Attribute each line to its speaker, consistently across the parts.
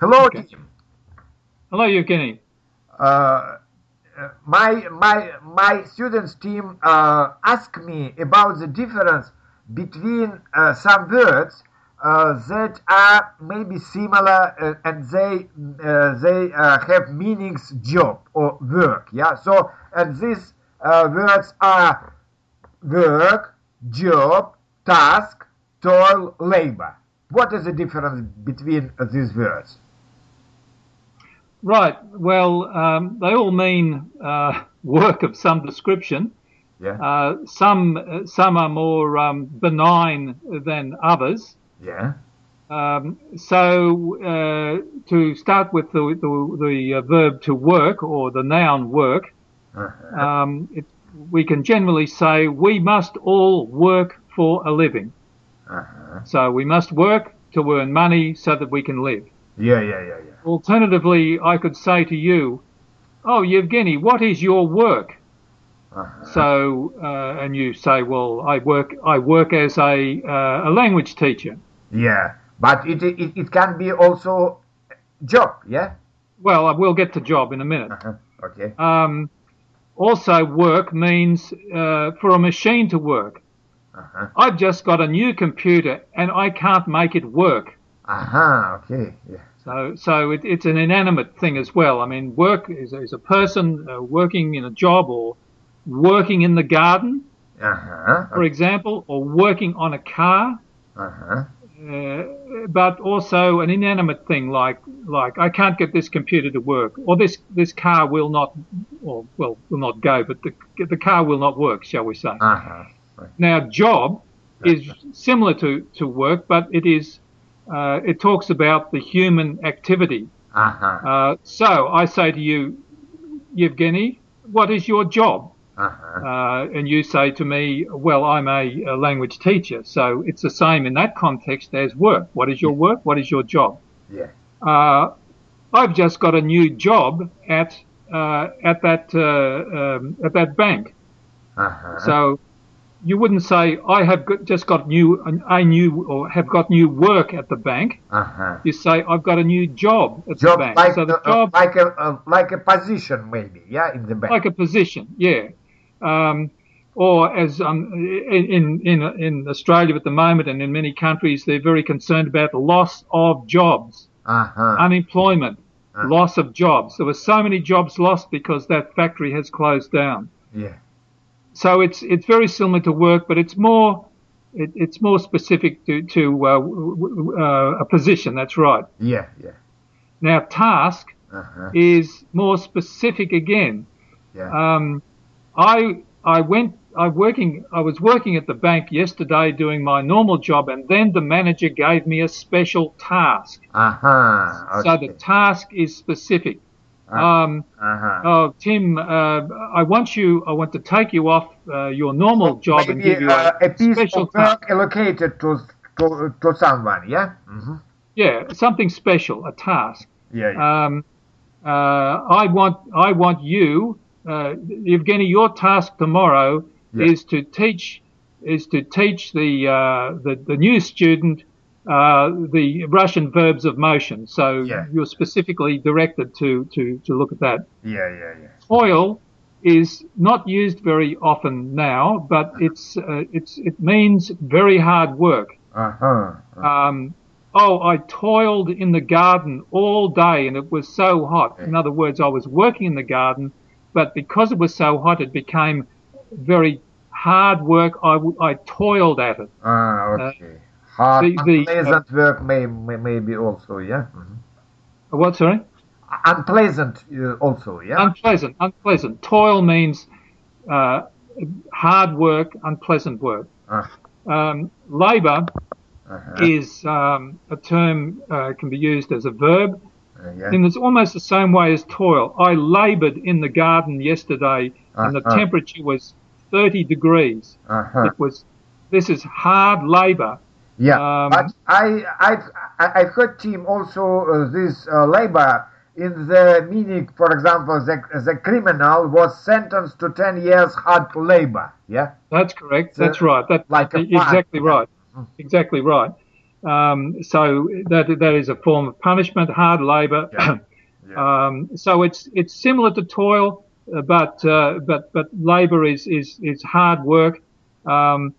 Speaker 1: Hello,
Speaker 2: Okay.
Speaker 1: team.
Speaker 2: Hello, Evgeny.
Speaker 1: Uh, uh, my my my students team uh, asked me about the difference between uh, some words uh, that are maybe similar uh, and they uh, they uh, have meanings job or work yeah so and these uh, words are work job task toil labor what is the difference between uh, these words
Speaker 2: Right. Well, um, they all mean uh, work of some description.
Speaker 1: yeah
Speaker 2: Uh, some uh, some are more um, benign than others.
Speaker 1: yeah
Speaker 2: Um, so uh, to start with the the, the uh, verb to work or the noun work,
Speaker 1: Uh-huh.
Speaker 2: um, it, we can generally say we must all work for a living.
Speaker 1: Uh-huh.
Speaker 2: So we must work to earn money so that we can live.
Speaker 1: yeah yeah yeah yeah
Speaker 2: Alternatively, I could say to you, "Oh, Yevgeny, what is your work?"
Speaker 1: Uh-huh.
Speaker 2: So, uh, and you say, "Well, I work. I work as a uh, a language teacher."
Speaker 1: Yeah, but it, it it can be also job. Yeah.
Speaker 2: Well, I will get to job in a minute.
Speaker 1: Uh-huh. Okay.
Speaker 2: Um, also, work means uh, for a machine to work.
Speaker 1: Uh-huh.
Speaker 2: I've just got a new computer and I can't make it work.
Speaker 1: Uh-huh. Okay. Yeah.
Speaker 2: So, so it, it's an inanimate thing as well. I mean, work is, is a person uh, working in a job or working in the garden,
Speaker 1: Uh-huh.
Speaker 2: for example, or working on a car.
Speaker 1: Uh-huh.
Speaker 2: Uh, but also an inanimate thing like like I can't get this computer to work, or this this car will not, or well will not go, but the the car will not work, shall we say?
Speaker 1: Uh-huh.
Speaker 2: Now, job is similar to, to work, but it is uh, it talks about the human activity.
Speaker 1: Uh-huh.
Speaker 2: Uh, so I say to you, Yevgeny, what is your job?
Speaker 1: Uh-huh.
Speaker 2: Uh, and you say to me, well, I'm a, a language teacher. So it's the same in that context as work. What is your work? What is your job?
Speaker 1: Yeah.
Speaker 2: Uh, I've just got a new job at uh, at that uh, um, at that bank.
Speaker 1: Uh-huh.
Speaker 2: So you wouldn't say I have got, just got new I new or have got new work at the bank.
Speaker 1: Uh-huh.
Speaker 2: You say I've got a new job at
Speaker 1: Job
Speaker 2: the bank.
Speaker 1: like
Speaker 2: so the
Speaker 1: uh, uh,
Speaker 2: job
Speaker 1: like a uh, like a position maybe. Yeah, in the bank.
Speaker 2: like a position, yeah. Um, or as um, in in in Australia at the moment, and in many countries, they're very concerned about loss of jobs,
Speaker 1: Uh-huh.
Speaker 2: unemployment,
Speaker 1: Ah.
Speaker 2: loss of jobs. There were so many jobs lost because that factory has closed down.
Speaker 1: Yeah.
Speaker 2: so it's it's very similar to work, but it's more it, it's more specific to to uh, w- w- uh, a position. That's right.
Speaker 1: Yeah. Yeah.
Speaker 2: Now, task
Speaker 1: Uh-huh.
Speaker 2: is more specific again.
Speaker 1: Yeah.
Speaker 2: Um, I I went I working I was working at the bank yesterday doing my normal job, and then the manager gave me a special task.
Speaker 1: Uh-huh.
Speaker 2: So
Speaker 1: Okay.
Speaker 2: the task is specific.
Speaker 1: Ah.
Speaker 2: Um,
Speaker 1: Uh-huh.
Speaker 2: oh, Tim, uh, I want you. I want to take you off uh, your normal job and
Speaker 1: Maybe
Speaker 2: give you
Speaker 1: uh,
Speaker 2: a,
Speaker 1: a piece
Speaker 2: special
Speaker 1: of
Speaker 2: task.
Speaker 1: work allocated to to, to someone, yeah? Mm-hmm.
Speaker 2: Yeah, something special, a task.
Speaker 1: Yeah, yeah.
Speaker 2: Um, uh, I want I want you, uh, Evgeny. Your task tomorrow
Speaker 1: Yeah.
Speaker 2: is to teach is to teach the uh, the, the new student uh, the Russian verbs of motion. So
Speaker 1: Yeah.
Speaker 2: you're specifically directed to, to to look at that.
Speaker 1: yeah, yeah, yeah.
Speaker 2: Toil is not used very often now, but it's uh, it's it means very hard work.
Speaker 1: Uh-huh.
Speaker 2: um, oh, I toiled in the garden all day and it was so hot. In other words, I was working in the garden, but because it was so hot, it became very hard work. I, w- I toiled at it.
Speaker 1: Ah, okay. Hard,
Speaker 2: the- Uh, the, uh,
Speaker 1: unpleasant work may, may maybe also, yeah. Mhm.
Speaker 2: What, sorry?
Speaker 1: Unpleasant uh, also,
Speaker 2: Um,
Speaker 1: yeah.
Speaker 2: Unpleasant, unpleasant. Toil means uh, hard work, unpleasant work.
Speaker 1: Ah.
Speaker 2: Um, labor
Speaker 1: Uh-huh.
Speaker 2: is um, a term uh, can be used as a verb.
Speaker 1: Uh, yeah.
Speaker 2: in it's almost the same way as toil. I laboured in the garden yesterday, and the
Speaker 1: Uh-huh.
Speaker 2: temperature was 30 degrees.
Speaker 1: Uh-huh.
Speaker 2: It was. This is hard labour.
Speaker 1: Yeah.
Speaker 2: um,
Speaker 1: but I I I- I've heard team also uh, this uh, labor in the meaning, for example, the the criminal was sentenced to ten years hard labor, yeah.
Speaker 2: That's correct.
Speaker 1: So,
Speaker 2: That's right. That,
Speaker 1: like a Hmm.
Speaker 2: exactly
Speaker 1: farm.
Speaker 2: right. Exactly right. Um, so that that is a form of punishment, hard labour.
Speaker 1: Yeah. Yeah.
Speaker 2: um, so it's it's similar to toil, uh, but uh, but but labour is is is hard work. Um,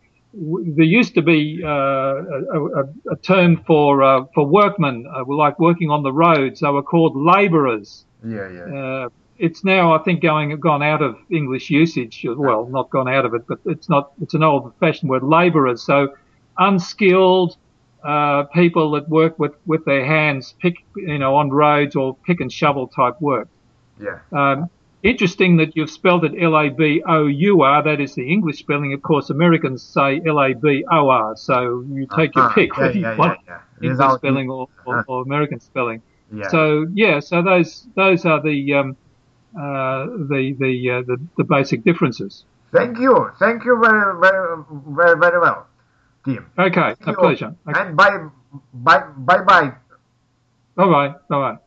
Speaker 2: w- there used to be uh, a, a, a term for uh, for workmen, uh, like working on the roads. They were called labourers.
Speaker 1: yeah, yeah.
Speaker 2: Uh, it's now, I think, going gone out of English usage. Well, not gone out of it, but it's not. It's an old-fashioned word, labourers. So, unskilled uh, people that work with with their hands, pick you know, on roads or pick and shovel type work.
Speaker 1: yeah.
Speaker 2: Um, interesting that you've spelled it L A B O U R. That is the English spelling. Of course, Americans say L A B O R. So you take your
Speaker 1: Uh-huh.
Speaker 2: pick
Speaker 1: Yeah,
Speaker 2: whether
Speaker 1: yeah,
Speaker 2: you want
Speaker 1: yeah, yeah.
Speaker 2: English
Speaker 1: Without-
Speaker 2: spelling or, or, or American spelling.
Speaker 1: yeah.
Speaker 2: So yeah, so those those are the um, uh, the the, uh, the the basic differences.
Speaker 1: Thank you. Thank you very, very, very, very well, Tim.
Speaker 2: Okay, a
Speaker 1: Thank you.
Speaker 2: pleasure. Okay.
Speaker 1: And bye, bye, bye, bye.
Speaker 2: All right, all right.